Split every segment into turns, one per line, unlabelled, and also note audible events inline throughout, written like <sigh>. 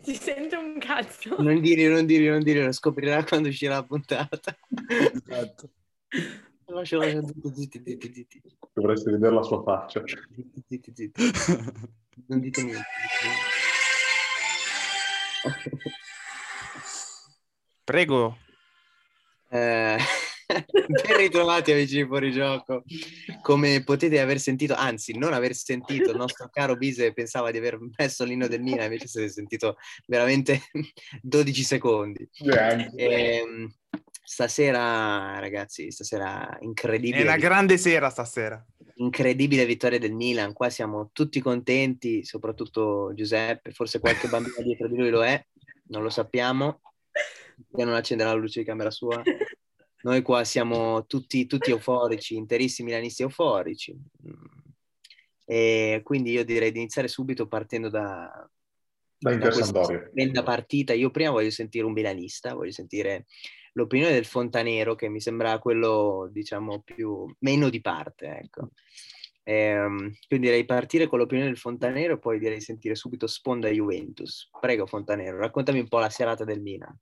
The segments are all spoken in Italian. Si sente un cazzo.
Non dire, non dire, non dire, lo scoprirà quando uscirà la puntata.
Esatto.
Lascia, lascia, zitti, zitti, zitti, zitti,
Dovresti vedere la sua faccia.
zitti, zitti, zitti. Non dite niente.
Prego.
Eh, <laughs> ben ritrovati amici di Fuorigioco. Come potete aver sentito, anzi non aver sentito, il nostro caro Bise pensava di aver messo l'inno del Mina, invece si è sentito veramente <laughs> 12 secondi. Ehm, stasera, ragazzi, stasera
È
incredibile.
una grande sera
<laughs>
stasera.
incredibile vittoria del Milan, qua siamo tutti contenti, soprattutto Giuseppe, forse qualche bambino dietro di lui lo è, non lo sappiamo, che non accenderà la luce di camera sua. Noi qua siamo tutti, tutti euforici, interissimi milanisti euforici. Mm. E quindi io direi di iniziare subito partendo da,
Da
da
Inter
questa
Sampdoria.
stupenda partita. Io prima voglio sentire un milanista, voglio sentire l'opinione del Fontanero, che mi sembra quello, diciamo, più meno di parte, ecco. Ehm, quindi direi partire con l'opinione del Fontanero e poi direi sentire subito Sponda Juventus. Prego Fontanero, raccontami un po' la serata del Milan.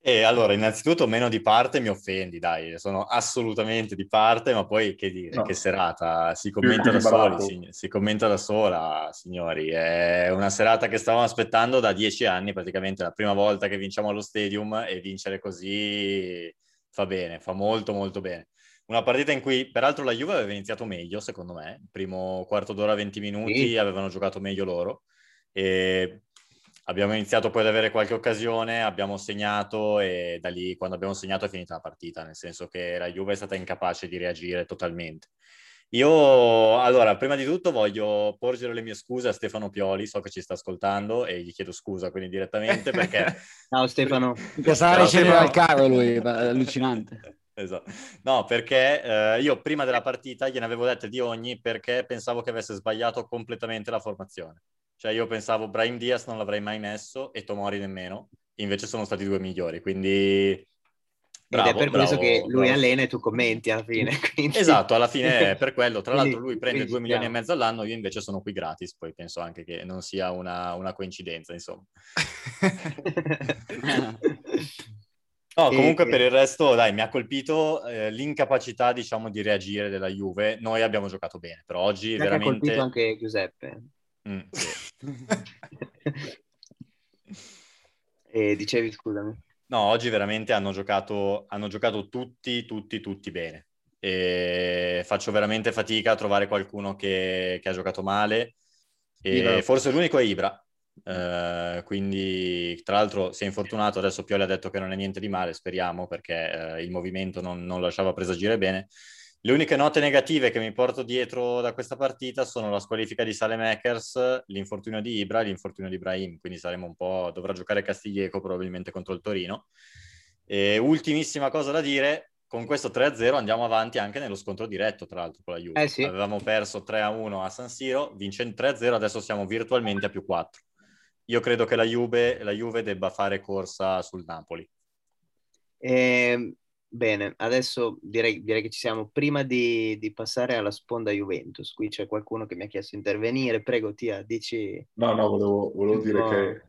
E allora, innanzitutto, meno di parte mi offendi, dai, sono assolutamente di parte, ma poi che dire,
No.
che serata, si commenta da
equilibrato.
soli, sign- si commenta da sola, signori, è una serata che stavamo aspettando da dieci anni, praticamente è la prima volta che vinciamo allo Stadium e vincere così fa bene, fa molto molto bene. Una partita in cui, peraltro, la Juve aveva iniziato meglio, secondo me, il primo quarto d'ora, 20 minuti,
Sì.
avevano giocato meglio loro. E abbiamo iniziato poi ad avere qualche occasione, abbiamo segnato e da lì quando abbiamo segnato è finita la partita, nel senso che la Juve è stata incapace di reagire totalmente. Io, allora, prima di tutto voglio porgere le mie scuse a Stefano Pioli, so che ci sta ascoltando e gli chiedo scusa quindi direttamente perché
Ciao Stefano.
Perché stava
No,
ricevendo
però-
al cavo lui, ma- allucinante.
<laughs> Esatto. No, perché eh, io prima della partita gliene avevo dette di ogni perché pensavo che avesse sbagliato completamente la formazione. Cioè io pensavo Brahim Diaz non l'avrei mai messo e Tomori nemmeno, invece sono stati i due migliori, quindi bravo,
Ed è per
bravo,
questo che lui
bravo.
allena e tu commenti alla fine. <laughs> quindi-
Esatto, alla fine è per quello. Tra l'altro
<laughs>
lui
Quindi-
prende
quindi
2 milioni e
siamo.
mezzo all'anno, io invece sono qui gratis, poi penso anche che non sia una, una coincidenza, insomma. No,
E-
comunque per il resto, dai, mi ha colpito eh, l'incapacità, diciamo, di reagire della Juve. Noi abbiamo giocato bene, però oggi
Mi ha colpito
veramente...
anche
<laughs>
Giuseppe.
Mm, sì.
e dicevi scusami.
No, oggi veramente hanno giocato, hanno giocato tutti, tutti, tutti bene. E faccio veramente fatica a trovare qualcuno che, che ha giocato male. E
Ibra.
forse l'unico è Ibra. Eh, quindi, tra l'altro, si è infortunato. Adesso Pioli ha detto che non è niente di male, speriamo, perché eh, il movimento non, non lasciava presagire bene. Le uniche note negative che mi porto dietro da questa partita sono la squalifica di Saelemaekers, l'infortunio di Ibra e l'infortunio di Ibrahim, quindi saremo un po'... dovrà giocare Castiglieco probabilmente contro il Torino. E ultimissima cosa da dire, con questo 3-0 andiamo avanti anche nello scontro diretto, tra l'altro, con la Juve.
Eh sì.
Avevamo perso 3-1 a San Siro, vincendo 3-0, adesso siamo virtualmente a più 4. Io credo che la Juve, la Juve debba fare corsa sul Napoli.
Ehm, bene, adesso direi, direi che ci siamo. Prima di, di passare alla sponda Juventus, qui c'è qualcuno che mi ha chiesto di intervenire. Prego, Tia, dici.
No, no, volevo, volevo dire
No.
che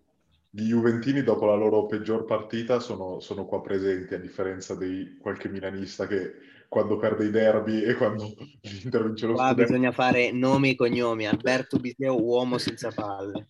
gli Juventini dopo la loro peggior partita sono, sono qua presenti, a differenza di qualche milanista che quando perde i derby e quando <laughs> l'Inter vince lo
Qua
scudetto.
Ah, bisogna fare nomi e cognomi. Alberto Biseo, uomo senza palle.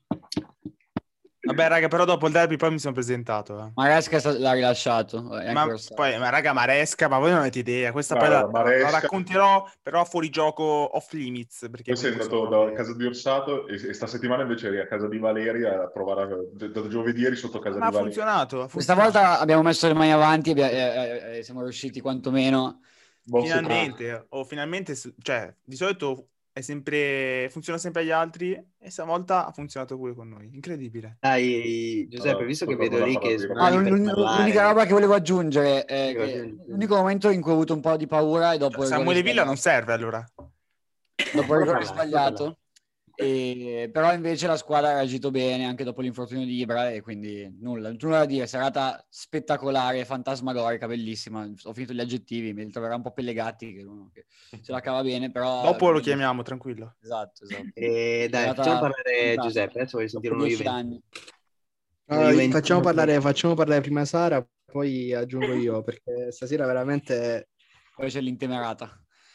Vabbè, raga, però dopo il derby poi mi sono presentato. eh.
Maresca sta- l'ha rilasciato. eh, è
Ma
ancora stato.
poi, ma raga, Maresca, ma voi non avete idea. Questa poi
Guarda,
la,
Maresca-
la racconterò però fuori gioco off limits. Perché
Poi sei andato
comunque
da
sono-
casa di Orsato e, e stasettimana invece eri a casa di Valeria a provare, a- da, da giovedì eri sotto casa
Ma ha
di Valeria.
funzionato. ha
Questa
funzionato.
volta abbiamo messo le mani avanti e abbi- eh, eh, siamo riusciti quantomeno.
Boh, sì,
Finalmente, o finalmente, su- cioè, di solito è sempre, funziona sempre agli altri e stavolta ha funzionato pure con noi. Incredibile.
Dai, Giuseppe,
Allora,
visto che
sto
vedo lì
guardando
che
la parola.
Ah,
sbrani per
l'un-
parlare.
l'unica roba che volevo aggiungere è
Prego,
che
aggiungi.
l'unico momento in cui ho avuto un po' di paura è dopo il
Samuele
gol
Villa non serve allora.
Ah, dopo il gol
Guarda,
sbagliato. E- però invece la squadra ha reagito bene anche dopo l'infortunio di Ibra e quindi nulla, nulla da dire, serata spettacolare, fantasmagorica, bellissima. Ho finito gli aggettivi, mi troverà un po' Pellegatti che, è uno che se la cava bene, però
Dopo lo chiamiamo, tranquillo.
Esatto, esatto.
E Eh, dai,
Serata
facciamo parlare
fantastica.
Giuseppe. Adesso voglio sentire
Dopo
uno
dieci
Juventus.
anni.
Allora,
Juventino
facciamo,
che-
parlare, facciamo parlare prima Sara, poi aggiungo io, perché stasera veramente...
Poi c'è l'intemerata.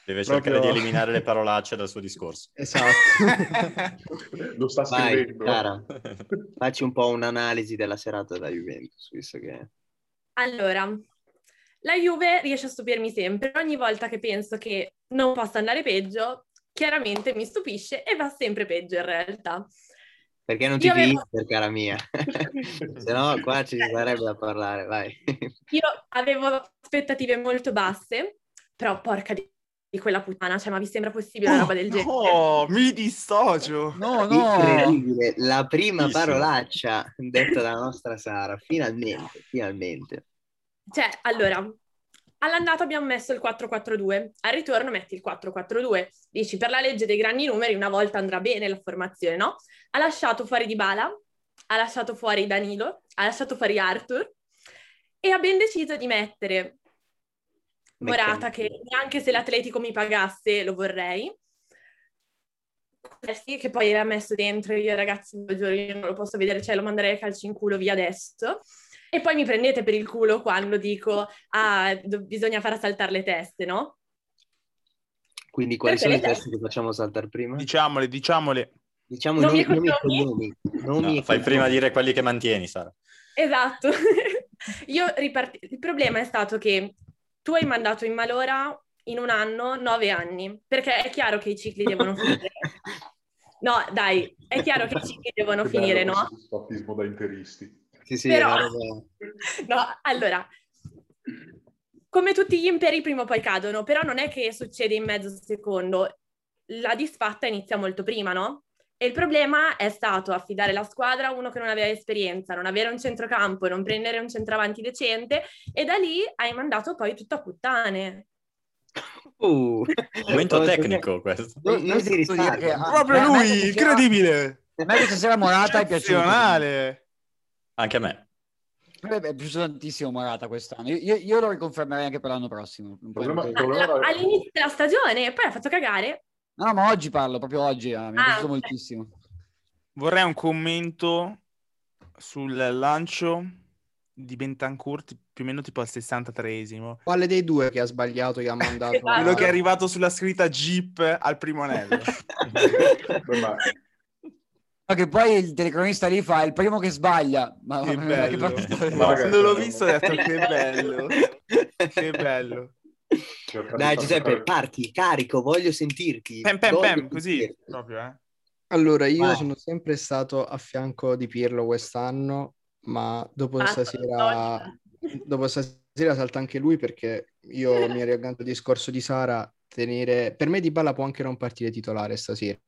Deve
Proprio-
cercare di eliminare le parolacce dal suo discorso.
<laughs> Esatto.
Lo sta
Vai,
scrivendo.
<laughs>
Sara, facci un po' un'analisi della serata da Juventus, visto che...
Allora, la Juve riesce a stupirmi sempre. Ogni volta che penso che non possa andare peggio, chiaramente mi stupisce e va sempre peggio in realtà.
Perché non ti
Io avevo-
Twitter,
<laughs>
cara mia? Se no, qua ci sarebbe da parlare, vai.
Io avevo aspettative molto basse, però porca di, di quella puttana, cioè ma vi sembra possibile una roba del genere?
Oh, No, Uh, oh, mi dissocio.
No, no.
Incredibile, la prima
Bellissimo.
parolaccia detta dalla nostra Sara, finalmente, finalmente.
Cioè, allora, all'andata abbiamo messo il 4-4-2, al ritorno metti il 4-4-2. Dici, per la legge dei grandi numeri, una volta andrà bene la formazione, no? Ha lasciato fuori Dybala, ha lasciato fuori Danilo, ha lasciato fuori Arthur e ha ben deciso di mettere Morata, che neanche se l'Atletico mi pagasse lo vorrei. Eh Sì, che poi era messo dentro, io ragazzi, ve lo giuro, io non lo posso vedere, cioè lo manderei a calci in culo via adesso. E poi mi prendete per il culo quando dico, ah, do- bisogna far saltare le teste, no?
Quindi quali
Perché
sono i
le-
testi che facciamo saltare prima?
Diciamole, diciamole.
Diciamo
Nomi
i
e
nomi,
cognomi?
e cognomi. Nomi
No,
e
fai
cognomi.
prima dire quelli che mantieni, Sara.
Esatto. <laughs> Io ripart- Il problema è stato che tu hai mandato in malora in un anno nove anni, perché è chiaro che i cicli
<laughs>
devono finire. No, dai, è chiaro che i cicli devono
Che bello
finire,
questo
no?
Disfattismo da interisti.
Sì, sì,
Però-
è una roba-
No, allora, come tutti gli imperi prima o poi cadono, però non è che succede in mezzo secondo, la disfatta inizia molto prima, no? E il problema è stato affidare la squadra a uno che non aveva esperienza, non avere un centrocampo, non prendere un centravanti decente e da lì hai mandato poi tutto a puttane.
Uh,
Momento
Cosa-
tecnico questo.
Non, non si
Posso dire che-
risparmia.
ah,
Proprio
beh, a me
lui,
questa sera-
incredibile.
A me questa sera Morata è piaciuto.
Eccezionale.
Anche a me.
A me è piaciuto tantissimo Morata quest'anno. Io, io- io lo riconfermerei anche per l'anno prossimo. Non
Il
puoi-
problema, il
non puoi-
problema era-
All'inizio della stagione, poi ha fatto cagare.
No, no, ma oggi parlo, proprio oggi. eh, mi è
Ah,
piaciuto
ok.
moltissimo.
Vorrei un commento sul lancio di Bentancur più o meno tipo al 63esimo.
Quale dei due che ha
<laughs>
sbagliato che ha mandato?
Ah.
Esatto.
Ah, Quello che è arrivato sulla scritta Jeep al primo
<laughs>
anello.
<laughs>
Beh, ma
Ma che poi il telecronista lì fa il primo che sbaglia. Ma,
Che
ma- ma <laughs>
bello.
che partita è?
Ma ragazzi,
Quando l'ho
no.
visto ho detto che bello. Che bello.
cercate
Dai
di
Giuseppe,
far-
parti, carico, voglio sentirti.
Pem pem
voglio
pem, così.
sentirti.
Proprio, eh.
Allora, io
Vai.
sono sempre stato a fianco di Pirlo quest'anno, ma dopo
Ah,
stasera, dopo stasera salta anche lui perché io mi riaggancio al discorso di Sara, tenere... Per me Dybala può anche non partire titolare stasera,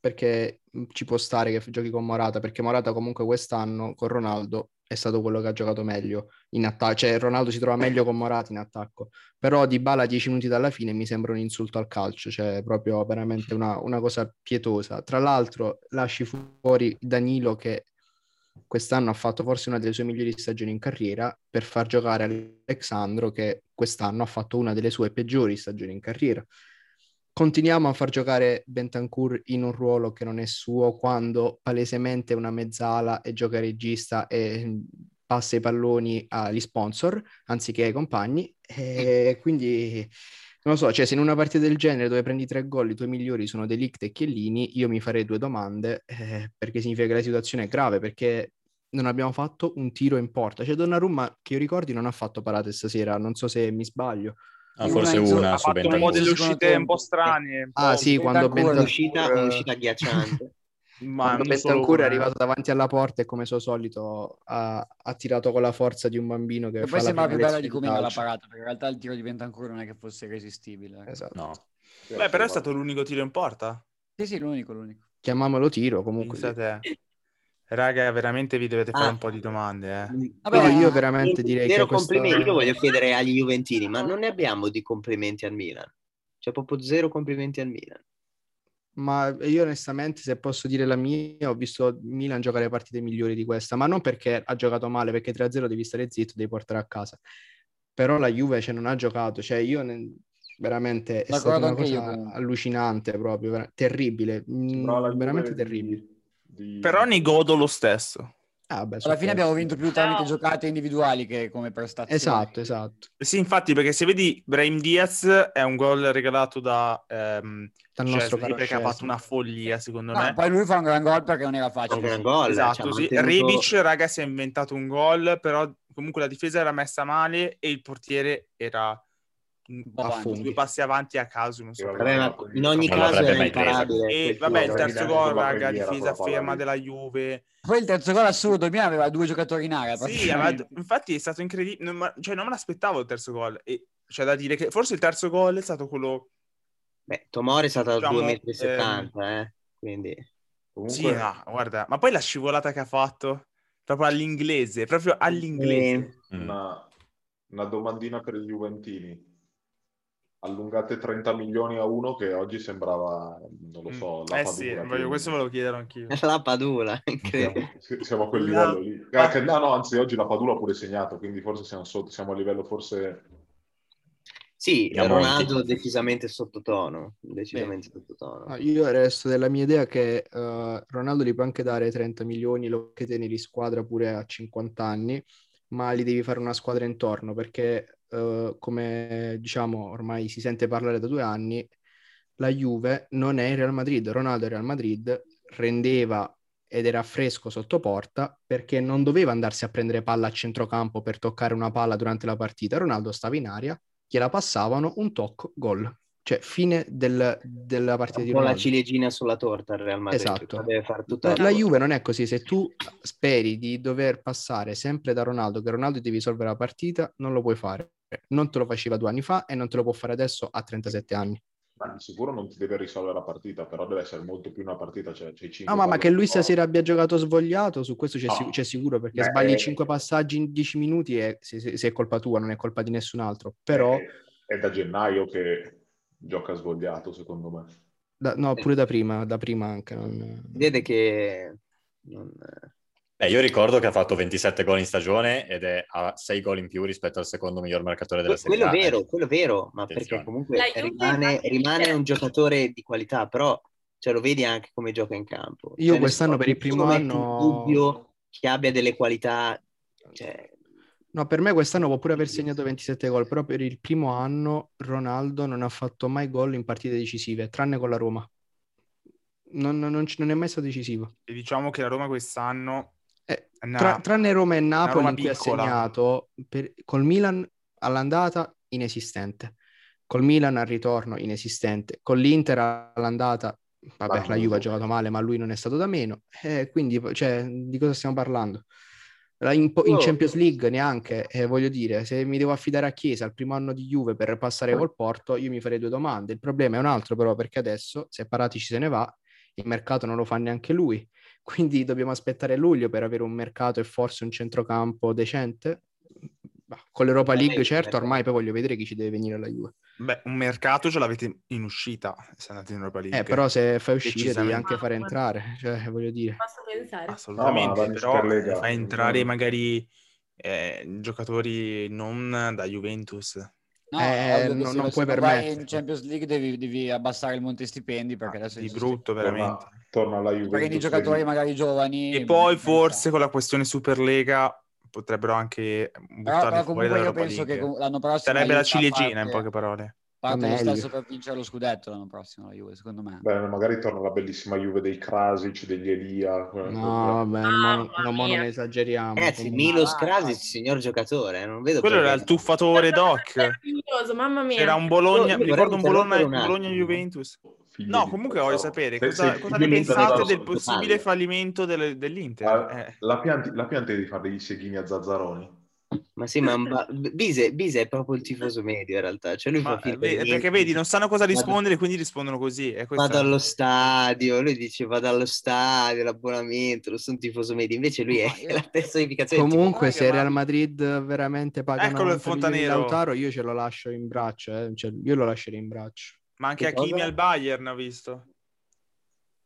perché mh, ci può stare che giochi con Morata, perché Morata comunque quest'anno con Ronaldo è stato quello che ha giocato meglio in attacco, cioè Ronaldo si trova meglio con Morata in attacco, però Dybala a 10 minuti dalla fine mi sembra un insulto al calcio, cioè proprio veramente una, una cosa pietosa. Tra l'altro lasci fuori Danilo che quest'anno ha fatto forse una delle sue migliori stagioni in carriera per far giocare Alexandro che quest'anno ha fatto una delle sue peggiori stagioni in carriera. Continuiamo a far giocare Bentancur in un ruolo che non è suo quando palesemente è una mezzala e gioca regista e mh, passa i palloni agli sponsor anziché ai compagni. E quindi non lo so, cioè, se in una partita del genere dove prendi tre gol, i tuoi migliori sono Delict e Chiellini, io mi farei due domande eh, perché significa che la situazione è grave perché non abbiamo fatto un tiro in porta. Cioè, Donnarumma, che io ricordi, non ha fatto parate stasera, non so se mi sbaglio.
Ah, forse
Lorenzo
una
ha
su
fatto un
Un po'
Bentancur.
po'
delle
del-
uscite un po' strane. un
Ah,
po'
sì, quando
Bentancur-
Bentancur,
Un'uscita, un'uscita agghiacciante.
Ma
quando
non solo
Bentancur è
una, eh.
arrivato davanti alla porta e come suo solito ha, ha tirato con la forza di un bambino che
Che
fa
poi
la
sembra più
prima
bella
lezione
di Cominga la
calcio.
parata, perché in realtà il tiro di Bentancur non è che fosse irresistibile.
Esatto.
No.
Beh, però è stato l'unico tiro in porta.
Sì, sì, l'unico, l'unico.
Chiamiamolo tiro comunque.
Pensa te. eh. Raga, veramente vi dovete fare
Ah.
un po' di domande,
Mm.
eh.
Vabbè,
Quindi io
ma-
veramente direi che
Zero
questo...
complimenti. Io voglio chiedere agli Juventini, ma non ne abbiamo di complimenti al Milan. Cioè, proprio zero complimenti al Milan.
Ma io onestamente, se posso dire la mia, ho visto Milan giocare partite migliori di questa, ma non perché ha giocato male, perché 3-0 devi stare zitto, devi portare a casa. Però la Juve cioè, non ha giocato, cioè io ne- veramente è stata
D'accordo
una
anche io,
cosa
comunque.
allucinante proprio, vera- terribile, mm,
Sembrava la Juve
veramente
di-
terribile.
di-
Però ne godo lo stesso.
Ah, beh,
Alla fine
super.
abbiamo vinto più tramite
No.
giocate individuali che come prestazioni.
Esatto, esatto.
Sì, infatti, perché se vedi Brahim Diaz è un gol regalato da ehm,
Dal
Szczesny,
nostro caro
perché ha fatto
Szczesny.
una follia, secondo
No,
me.
poi lui fa un gran gol perché non era
un
facile.
gran gol.
Esatto,
cioè,
sì.
ha mantenuto-
Rebic, raga, si è inventato un gol, però comunque la difesa era messa male e il portiere era
Un po'
a
avanti.
fondo, due passi avanti a caso, non so.
Vabbè,
Vabbè, ma in ogni
Non
caso
l'avrebbe
era
mai presa.
imparabile.
E
quel
vabbè, il
tiro.
gol,
terzo
veramente
gol,
sulla
raga,
bandiera,
difesa
quella palla
ferma
lì.
della Juve.
Poi il terzo gol assurdo, Milan aveva due giocatori in area.
Sì,
praticamente.
aveva- infatti è stato incredibile, non, ma- cioè non me l'aspettavo il terzo gol. E c'è da dire che forse il terzo gol è stato quello...
Beh, Tomori è stato a
Diciamo, ehm,
2,70 m, eh, quindi...
Sì, ah.
Comunque,
no, guarda, ma poi la scivolata che ha fatto, proprio all'inglese, proprio all'inglese.
Eh,
Mm.
una, una domandina per i Juventini. Allungate 30 milioni a uno che oggi sembrava, non lo so, la
eh sì,
padura,
voglio-
che-
questo ve lo chiedo anch'io.
Eh.
La <laughs> padula, incredibile.
Siamo, si- siamo a quel
La-
livello lì. Ah, che- no, no, anzi, oggi la Padula ha pure segnato, quindi forse siamo sotto, siamo a livello forse...
Sì,
Diamonti.
Ronaldo decisamente sottotono, decisamente sottotono.
Ah, Io resto della mia idea che eh, Ronaldo gli può anche dare 30 milioni, lo che te ne risquadra pure a 50 anni, ma gli devi fare una squadra intorno perché, eh, come diciamo ormai si sente parlare da due anni, la Juve non è il Real Madrid. Ronaldo il Real Madrid rendeva ed era fresco sotto porta perché non doveva andarsi a prendere palla a centrocampo per toccare una palla durante la partita. Ronaldo stava in aria, gliela passavano, un tocco, gol. Cioè, fine del- della partita di
un po' la
Ronaldo.
ciliegina sulla torta il Real Madrid
Esatto.
che deve fare tutta
La, la
torta.
Juve non è così, se tu speri di dover passare sempre da Ronaldo, che Ronaldo devi risolvere la partita, non lo puoi fare. Non te lo faceva due anni fa e non te lo può fare adesso a 37 anni.
Ma di sicuro non ti deve risolvere la partita, però deve essere molto più una partita, cioè c'è 5
No, Ah, ma, ma che lui stasera abbia giocato svogliato, su questo c'è,
No.
sic- c'è sicuro, perché
Beh,
sbagli
eh.
5 passaggi in 10 minuti e se, se- se è colpa tua, non è colpa di nessun altro. Però,
È, è da gennaio che gioca svogliato, secondo me.
da- no, pure da prima, da prima anche. non-
Vede che non-
Beh, Eh, io ricordo che ha fatto 27 gol in stagione ed è a 6 gol in più rispetto al secondo miglior marcatore della Serie
quello
A.
è vero, quello è vero, ma
Attenzione.
perché comunque
La Juve
rimane,
infatti-
rimane un giocatore di qualità, però cioè, lo vedi anche come gioca in campo.
Io
Cioè, nessuno-
quest'anno per il primo
nessuno mette in
anno-
dubbio che abbia delle qualità cioè,
No, per me quest'anno può pure aver segnato 27 gol, però per il primo anno Ronaldo non ha fatto mai gol in partite decisive, tranne con la Roma. Non, non- non ci- non è mai stato decisivo.
E diciamo che la Roma quest'anno
Eh,
è una-
Tra- tranne Roma e
una
Napoli
Roma
in cui ha
piccola.
segnato, per- col Milan all'andata inesistente, col Milan al ritorno inesistente, con l'Inter all'andata, vabbè,
Ma-
la Juve ha giocato male, ma lui non è stato da meno. Eh, quindi, cioè, di cosa stiamo parlando? La- In, po- in
Oh.
Champions League neanche, eh, voglio dire, se mi devo affidare a Chiesa al primo anno di Juve per passare
Eh.
col Porto, io mi farei due domande. Il problema è un altro però, perché adesso se Paratici se ne va, il mercato non lo fa neanche lui. <laughs> Quindi dobbiamo aspettare luglio per avere un mercato e forse un centrocampo decente. Bah, Con l'Europa League,
Vabbè,
certo,
vabbè.
ormai poi voglio vedere chi ci deve venire alla Juve.
Beh, un mercato ce l'avete in uscita se andate in Europa League.
Eh, però se fai uscire devi
Decisamente.
anche fare entrare, <laughs> cioè, voglio dire.
Posso pensare.
No, ma
Assolutamente,
va in
però
Superlega.
fa entrare magari eh, giocatori non da Juventus.
No,
Eh,
ovvio che
non-
se
non
lo-
puoi
se lo fai
permettertelo.
In Champions League devi, devi abbassare il monte stipendi perché adesso
Ah, di
ci-
brutto, veramente.
Torna, torna alla Juventus.
prendi i giocatori
devi-
magari giovani. eh,
E poi
magari-
forse con la questione Superlega potrebbero anche
Però, però
buttarli fuori
Ah, comunque io
dall'Europa
penso che
League.
com- l'anno prossimo
Sarebbe la
Juve
ciliegina, in
parte-
poche parole.
Ma
parte lo
meglio.
stesso per vincere lo scudetto l'anno prossimo la Juve secondo me
Beh, magari torna la bellissima Juve dei Krasic, degli Elia. quella-
No, vabbè,
Mamma
no, no, mo
mia.
non esageriamo.
ragazzi,
comunque.
Milos Krasic, signor giocatore, eh, non vedo
Quello
perché-
era il tuffatore Doc.
Meraviglioso, mamma mia.
C'era un
<laughs>
Bologna,
Io
mi
vorrei
ricordo un Bologna,
interrompere un attimo.
Bologna Juventus.
figli
No,
di-
comunque voglio sapere
Se-
cosa,
se-
cosa
se-
ne
Juventus
pensate
aveva
del
sotto
possibile
palla.
fallimento del- dell'Inter.
La,
Eh.
la pianti, la pianta devi fare degli seghini a Zazzaroni.
Ma sì, ma un ba- Bise, Bise è proprio il tifoso medio in realtà. Cioè lui
Ma,
fa finta
eh,
di
ve-
niente.
perché vedi, non sanno cosa
Vado-
rispondere, quindi rispondono così. eh, E questo
Vado
è-
allo stadio, lui dice vado allo stadio, l'abbonamento, non sono tifoso medio, invece lui
Ma
è
io-
la personificazione. del
Comunque,
Guarda,
se Real
ma-
Madrid veramente paga
Eccolo il
90 milioni di
fontanero.
Lautaro, io ce lo lascio in braccio, eh, cioè, io lo lascerei in braccio.
Ma anche
Che cosa?
Hakimi al Bayern ha visto.
tipo-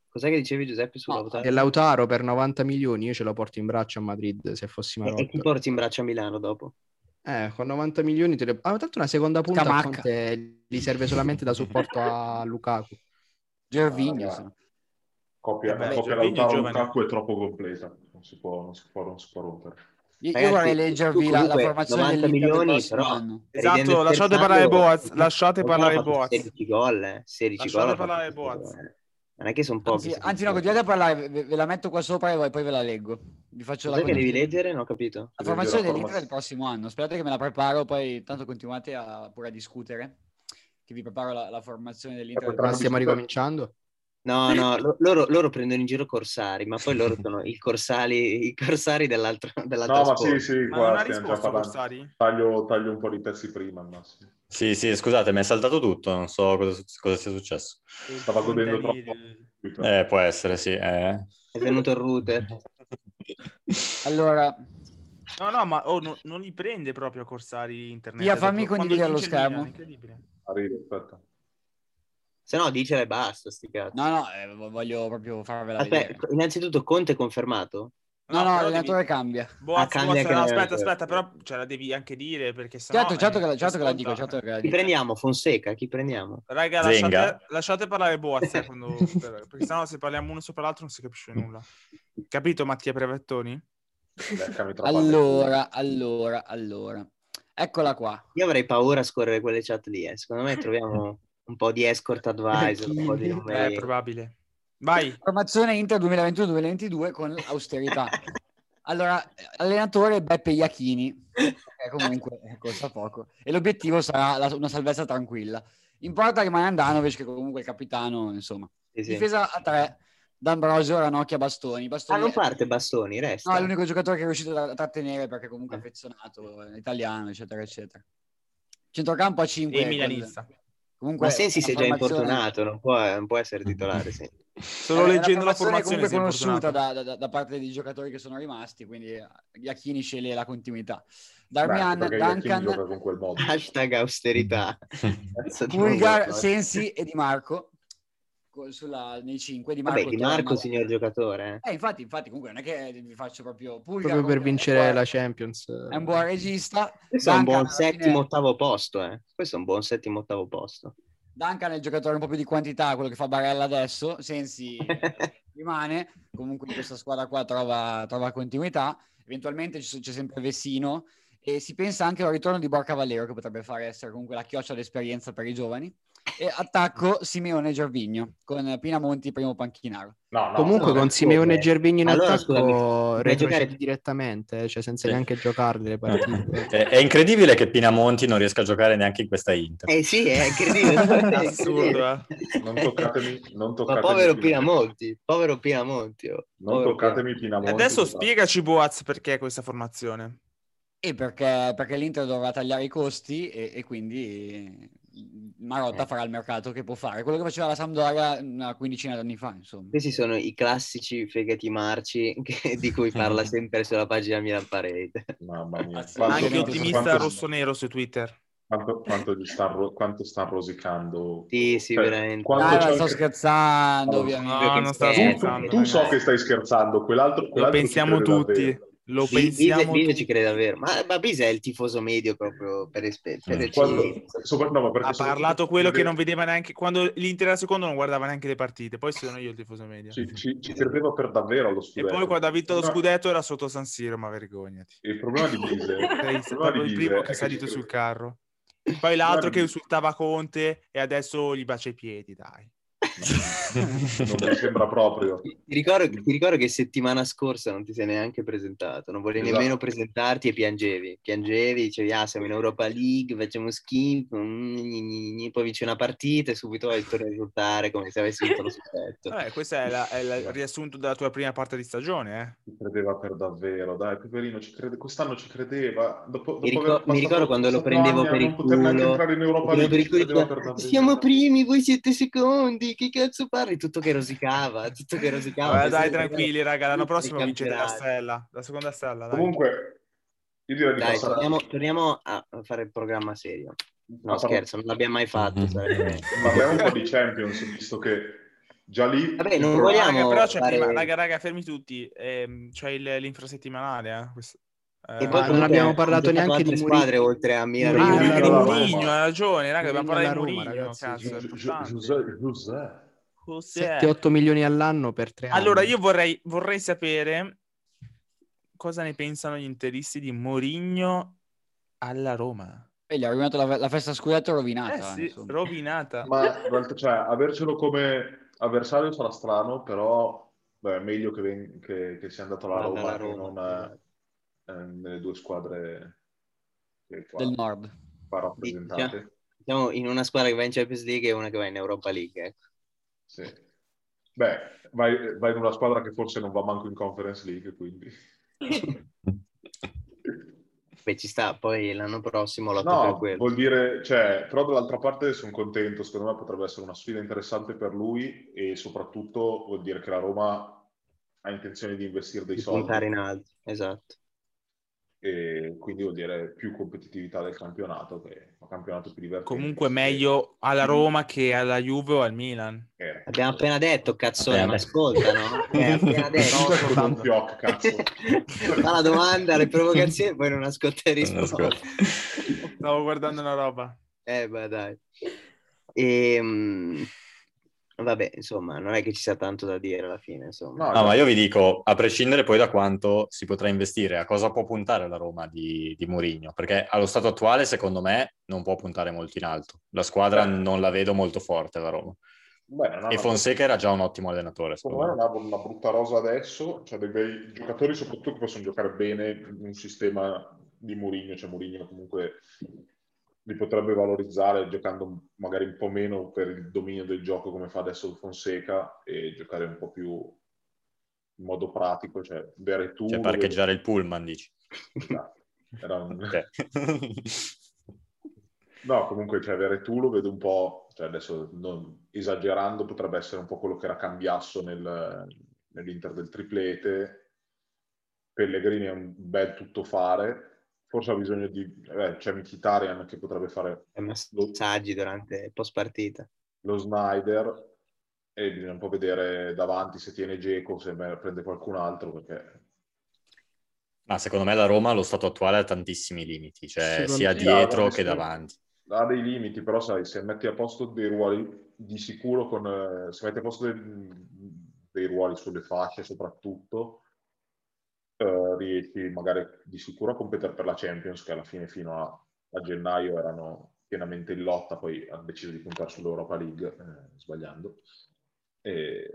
Cos'è che dicevi Giuseppe sulla
No,
votata?
E Lautaro per 90 milioni io ce lo porto in braccio a Madrid se fossimo
Eh, E, e chi porti in braccio a Milano dopo?
Eh, con 90 milioni te le... Ah, ma tanto una seconda punta a
Scamacca.
Conte gli serve solamente da supporto a Lukaku.
Gervinho
Ah,
sì.
Copia,
Eh beh,
copia
Jorginho
Lautaro
giovane.
Lukaku è troppo completa, non si può, non si può, non si può rompere.
Io, io
Ragazzi,
vorrei leggervi
tu
la, la
comunque
formazione
90
dell'Inter del
milioni,
prossimo
però-
anno.
Esatto, lasciate parlare
<laughs>
Boaz, lasciate parlare Boaz.
16 gol, eh, 16
Lasciate
gol. ha
parlare
fatto,
Boaz.
eh. Non è che sono pochi.
Anzi,
16
anzi, no,
gol.
continuate a parlare, ve, ve la metto qua sopra e voi- poi ve la leggo. Vi faccio la
Cos'è che devi
connessione.
leggere? Non ho capito.
La formazione
Devi dire la
dell'Inter del prossimo anno. Aspettate che me la preparo, poi tanto continuate a, pure a discutere. Che vi preparo la, la formazione dell'Inter. del
Eh, potrà-
prossimo-
Stiamo ricominciando?
No, no, lo- loro, loro prendono in giro Corsari, ma poi loro sono i corsari, i corsari dell'altro, dell'altra
No, ma
squadra.
sì, sì,
Ma non
qua
ha
stiamo già
risposto
parlando.
Corsari?
Taglio, taglio un po' di pezzi prima al massimo.
Sì, sì, scusate, mi è saltato tutto, non so cosa, su- cosa sia successo.
Stava godendo
Contadini.
Eh, può essere, sì. eh.
È venuto il router.
Allora,
No, no, ma oh, no- non li prende proprio Corsari internet. cioè,
Via, fammi
Quando
condividere lo
vince il Milan,
schermo.
incredibile.
Arrivo, aspetta.
Se no, dicele e basta, sti cazzi.
no, no, eh, voglio proprio farvela vedere.
Aspetta, innanzitutto Conte è confermato?
No, no,
però
l'allenatore
devi-
cambia.
Boaz,
Ah, cambia
Boaz,
anche
no,
la-
aspetta, aspetta, però ce la devi anche dire perché sennò...
Certo, certo, che, la-
eh,
certo che la dico,
ascolta.
certo che la
Chi
dico.
prendiamo? Fonseca? Chi prendiamo?
Raga,
Zenga.
lasciate, lasciate parlare Boaz, eh,
<laughs>
quando- per- perché sennò se parliamo uno sopra l'altro non si capisce nulla. Capito Mattia Prevettoni?
Beccami tra palle.
Allora, allora, allora. Eccola qua.
Io avrei paura a scorrere quelle chat lì, eh. Secondo me
<laughs>
troviamo un po' di escort advisor, un po' di
Eh,
numeri.
è probabile. Vai,
Formazione Inter 2021-2022 con
<laughs>
austerità. Allora, allenatore Beppe Iachini, che comunque eh, costa poco, e l'obiettivo sarà la- una salvezza tranquilla. In porta rimane Andanovic, che comunque è il capitano, insomma.
Sì, sì.
Difesa a tre, D'Ambrosio, Ranocchia, Bastoni.
Ah,
Bastoni
non
è-
parte Bastoni,
No,
resta.
è l'unico giocatore che è riuscito a trattenere perché comunque è
Eh.
affezionato, è italiano, eccetera, eccetera. Centrocampo a 5.
e Milanista.
Comunque,
Ma Sensi
una
si è già
formazione-
infortunato, non può, non può essere titolare,
<laughs>
sì.
Solo
Eh, è una
leggendo la formazione
comunque
si è
conosciuta
infortunato.
da, da- da parte dei giocatori che sono rimasti, quindi Iachini sceglie la continuità. Darmian,
Beh, anche perché Joachim gioca
Duncan,
con quel
<laughs>
modo.
Hashtag austerità. Cazzo di eh.
Pulgar,
numero,
Sensi e Di Marco co- sulla- nei 5 Di Marco,
Vabbè, Di
torna-
Marco, signor giocatore. eh.
Eh, infatti, infatti, comunque non è che vi faccio proprio Pulgar,
Proprio per
comunque è un
vincere
buon-
la Champions.
È un buon regista.
Questo è un
Duncan,
buon
alla fine-
settimo, ottavo posto, eh. Questo è un buon settimo, ottavo posto.
Duncan è il giocatore un po' più di quantità, quello che fa Barella adesso, Sensi eh, rimane, comunque in questa squadra qua trova, trova continuità, eventualmente ci so- c'è sempre Vessino e si pensa anche al ritorno di Borca Valero che potrebbe fare essere comunque la chioccia d'esperienza per i giovani e attacco Simeone e Gervigno con Pinamonti primo panchinaro.
No, no,
Comunque
no,
con
no,
Simeone e
no.
Gervigno in
Allora,
attacco
scusami, vai a
retrocedi
giocare-
direttamente, eh, cioè senza
Sì.
neanche giocarle le partite.
<laughs> È, è incredibile che Pinamonti non riesca a giocare neanche in questa Inter. <laughs>
Eh sì,
<laughs>
è incredibile. è
Assurdo, eh.
incredibile.
Non toccatemi, non
Ma
toccatemi
povero
Pina-
Pinamonti, povero Pinamonti. oh.
Non
Povero
toccatemi Pinamonti.
Adesso
esatto.
spiegaci Boaz perché questa formazione.
E perché, perché l'Inter dovrà tagliare i costi e, e quindi eh, Marotta farà il mercato che può fare, quello che faceva la Sampdoria una quindicina d'anni fa, insomma.
Questi sono i classici fegati marci <laughs> che- di cui
Mm.
parla sempre sulla pagina Milan Parade.
Mamma mia.
Anche
Quanto-
Anche
quanto-
ottimista
quanto-
rosso-nero su Twitter.
Quanto, quanto gli sta ro- quanto sta rosicando.
Sì, sì,
Cioè,
veramente.
quanto
Dai,
c'è
ma
anche-
sto scherzando,
Oh.
No,
ovviamente.
No, non sta
Eh,
Tu,
scherzando.
tu so che stai scherzando, quell'altro,
Lo
quell'altro ci
pensiamo
crede
tutti.
davvero.
Lo
Bi- Bise,
pensiamo
Bise
tutti.
ci crede davvero, ma, ma Bise è il tifoso medio proprio per, espe- per
Mm.
Quando-
eccellenza.
sopra- no, ma perché
Ha
sono-
parlato quello che non vedeva neanche quando l'Inter era secondo non guardava neanche le partite. Poi sono io il tifoso medio.
ci, ci, ci credeva per davvero allo
E
scudetto.
poi quando ha vinto lo
No,
scudetto era sotto San Siro, ma vergognati.
Il problema di Bise,
Sei
il, problema
proprio
di
il
Bise
primo
è
che è salito
ci-
sul carro. Poi l'altro che
Guardi.
insultava Conte e adesso gli bacia i piedi, dai.
non mi sembra proprio.
Ti ricordo, ti ricordo che settimana scorsa non ti sei neanche presentato, non volevi
Esatto.
nemmeno presentarti e piangevi. Piangevi, dicevi, ah, siamo in Europa League, facciamo schifo, mm, gni, gni, gni". poi vince una partita e subito vai- torni a risultare come se avessi vinto lo
Eh,
scudetto.
Vabbè, questo è, la- è la- il riassunto della tua prima parte di stagione, eh.
Ci credeva per davvero, dai, poverino, ci crede- quest'anno ci credeva. Dopo, dopo
Mi,
aver
ricor- mi
passato-
ricordo quando lo
passato
prendevo
anni a
per il
non poter neanche
culo,
entrare in
lo
Europa
prendevo per
League,
il
ci
culo e
credeva
diceva,
per davvero.
siamo primi, voi siete secondi, che cazzo parli? Tutto che rosicava, tutto che rosicava.
Vabbè,
Pensavo
dai,
che-
tranquilli, raga. L'anno prossimo
Il
vincete la
campionato.
stella, la seconda stella. Dai.
Comunque, io direi di
Dai,
passare...
torniamo, torniamo a fare il programma serio. No,
a parlare-
scherzo, non l'abbiamo mai
<laughs>
fatto. sarebbe-
Parliamo un po' di Champions, visto che già lì...
Vabbè, non
il pro-
vogliamo-
Raga, però c'è
fare-
prima, raga, raga, fermi tutti. Ehm, c'è il- l'infrasettimanale, eh. questo- Eh,
E
poi
ah,
non
comunque
abbiamo
hanno
parlato
giocato
neanche di
altre
Mourinho.
squadre oltre a Milan.
Mourinho,
Roma.
Ah,
Mourinho alla
Mourinho,
Roma.
hai ragione, raga, dobbiamo
Mourinho
parlare di
alla Roma,
Mourinho,
ragazzi.
cazzo, è
Gi- Gi-
importante.
Giuseppe, Giuseppe.
Cos'è?
7-8 milioni all'anno per tre anni.
Allora, io vorrei, vorrei sapere cosa ne pensano gli interisti di Mourinho alla Roma.
E gli ha rovinato la, la festa a scudetto rovinata.
Eh sì,
insomma.
rovinata.
Ma tra l'altro, cioè, avercelo come avversario sarà strano, però beh, è meglio che, ven- che- che sia andato alla
Vada
Roma
alla
che
Roma,
non eh, eh, nelle due squadre che qua,
del nord.
qua rappresentate.
Siamo in una squadra che va in Champions League e una che va in Europa League. ecco.
Sì. Beh, vai, vai in una squadra che forse non va manco in Conference League, quindi...
Beh, ci sta, poi l'anno prossimo lotta per
No,
quello.
vuol dire, cioè, però dall'altra parte sono contento, secondo me potrebbe essere una sfida interessante per lui e soprattutto vuol dire che la Roma ha intenzione di investire dei
Di
soldi
puntare in alto, esatto.
e quindi vuol dire più competitività del campionato, che è un campionato più divertente.
Comunque meglio alla Roma che alla Juve o al Milan.
Eh,
Abbiamo appena detto, cazzone,
Vabbè,
ma
vabbè.
ascoltano. Eh, appena detto.
No, sono
soltanto-
un
<laughs>
fioc, cazzo.
Fa la domanda, le provocazioni, poi non ascolta e
Non
risponde.
Stavo guardando una roba.
Eh, beh, dai. Ehm, vabbè, insomma, non è che ci sia tanto da dire alla fine, insomma.
No,
No, ma io vi dico, a prescindere poi da quanto si potrà investire, a cosa può puntare la Roma di, di Mourinho? Perché allo stato attuale, secondo me, non può puntare molto in alto. La squadra
Beh. Ah,
non la vedo molto forte, la Roma.
Beh, non ha
E
una-
Fonseca era già un ottimo allenatore,
Secondo
secondo
me
me.
non ha una brutta rosa adesso, cioè dei bei giocatori soprattutto che possono giocare bene in un sistema di Mourinho, cioè Mourinho comunque li potrebbe valorizzare giocando magari un po' meno per il dominio del gioco come fa adesso Fonseca e giocare un po' più in modo pratico, cioè bere tu...
Cioè parcheggiare il pullman, dici. Cioè.
Era un...
<laughs> Ok.
No, comunque, cioè, Veretù lo vedo un po', cioè, adesso non- esagerando, potrebbe essere un po' quello che era Cambiasso nel- nell'Inter del triplete. Pellegrini è un bel tuttofare, forse ha bisogno di... eh, c'è Mkhitaryan che potrebbe fare
È massaggi durante post partita.
lo Snyder e bisogna un po' vedere davanti se tiene Dzeko, se me- prende qualcun altro, perché...
Ma secondo me la Roma allo stato attuale ha tantissimi limiti, cioè
Secondo
sia
me-
dietro
Sì,
che
sì.
davanti.
ha dei limiti, però sai, se metti a posto dei ruoli di sicuro con eh, se metti a posto dei, dei ruoli sulle fasce soprattutto eh, riesci magari di sicuro a competere per la Champions che alla fine fino a, a gennaio erano pienamente in lotta, poi hanno deciso di puntare sull'Europa League eh, sbagliando. E,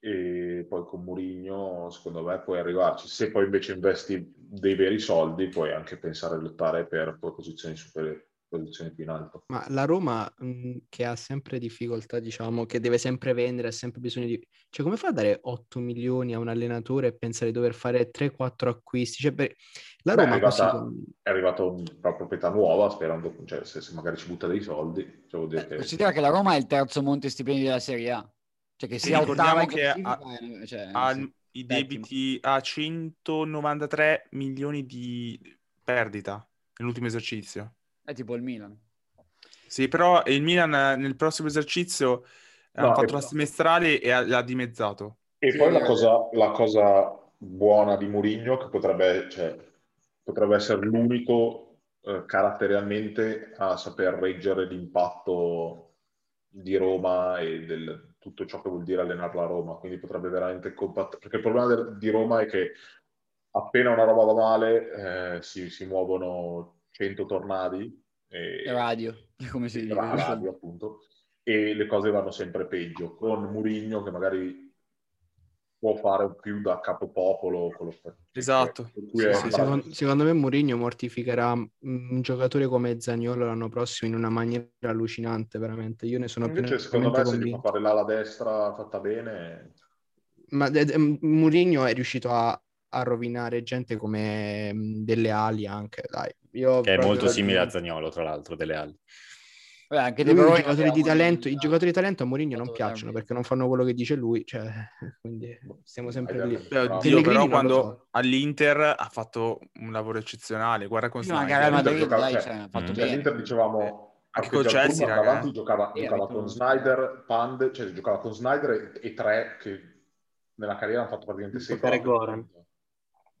e poi con Mourinho secondo me puoi arrivarci. Se poi invece investi dei veri soldi, puoi anche pensare a lottare per posizioni superiori, posizioni più in alto.
Ma la Roma mh, che ha sempre difficoltà, diciamo, che deve sempre vendere, ha sempre bisogno di... Cioè, come fa a dare 8 milioni a un allenatore e pensare di dover fare 3-4 acquisti? Cioè, per- la
Beh, è
Roma così
arrivata-
con-
È arrivata un- una proprietà nuova, sperando cioè, se, se magari ci butta dei soldi, cioè, vuol dire che-
Considera Eh, che la Roma è il terzo monte stipendi della Serie A. Cioè che sia
ricordiamo
ottava in
che
classifica,
ha-
eh, cioè,
Ha
sì.
i debiti a 193 milioni di perdita nell'ultimo esercizio.
è tipo il Milan.
Sì, però il Milan eh, nel prossimo esercizio
No,
ha fatto
e-
la semestrale e ha- l'ha dimezzato.
E poi la
Sì,
cosa, la cosa buona di Mourinho, che potrebbe, cioè, potrebbe essere l'unico eh, caratterialmente a saper reggere l'impatto di Roma e del tutto ciò che vuol dire allenare la Roma, quindi potrebbe veramente combattere, perché il problema del- di Roma è che appena una roba va male eh, si, si muovono 100 tornadi e,
E radio, <laughs> come si dice.
la radio,
insomma.
appunto, e le cose vanno sempre peggio. Con Murigno che magari può fare più da capopopolo. quello che-
Esatto.
per cui è-
Sì, sì,
Secondo, secondo me Mourinho mortificherà mh, un giocatore come Zaniolo l'anno prossimo in una maniera allucinante, veramente. Io ne sono
Invece, secondo me,
pienamente
se gli fa
convinto.
fare l'ala destra fatta bene,
Ma eh, eh, Mourinho è riuscito a, a rovinare gente come mh, delle ali anche, dai. Io
Che è
proprio-
molto simile a Zaniolo, tra l'altro, delle ali.
Vabbè, anche
Lui,
De Bruyne
i giocatori di
abbiamo
talento,
in-
i giocatori di talento a Mourinho non
Fatto
piacciono
veramente.
perché non fanno quello che dice lui, cioè, <laughs> quindi stiamo sempre
Hai
lì.
detto.
Beh, oddio,
Pellegrini
però
non lo
quando
so.
all'Inter ha fatto un lavoro eccezionale. Guarda con
Sì, ma anche
Snyder.
Real Madrid,
Giocava-
dai,
cioè,
cioè, ha fatto
mm.
Cioè,
bene.
l'Inter dicevamo
eh, Anche col
parcheggia il
Chelsea,
pullman
raga,
davanti,
eh.
giocava,
Sì,
giocava
ha vinto
con
lo-
Snyder, Pand, cioè giocava con Snyder e, e tre che nella carriera hanno fatto praticamente sei
Giocare
gol.
Goran.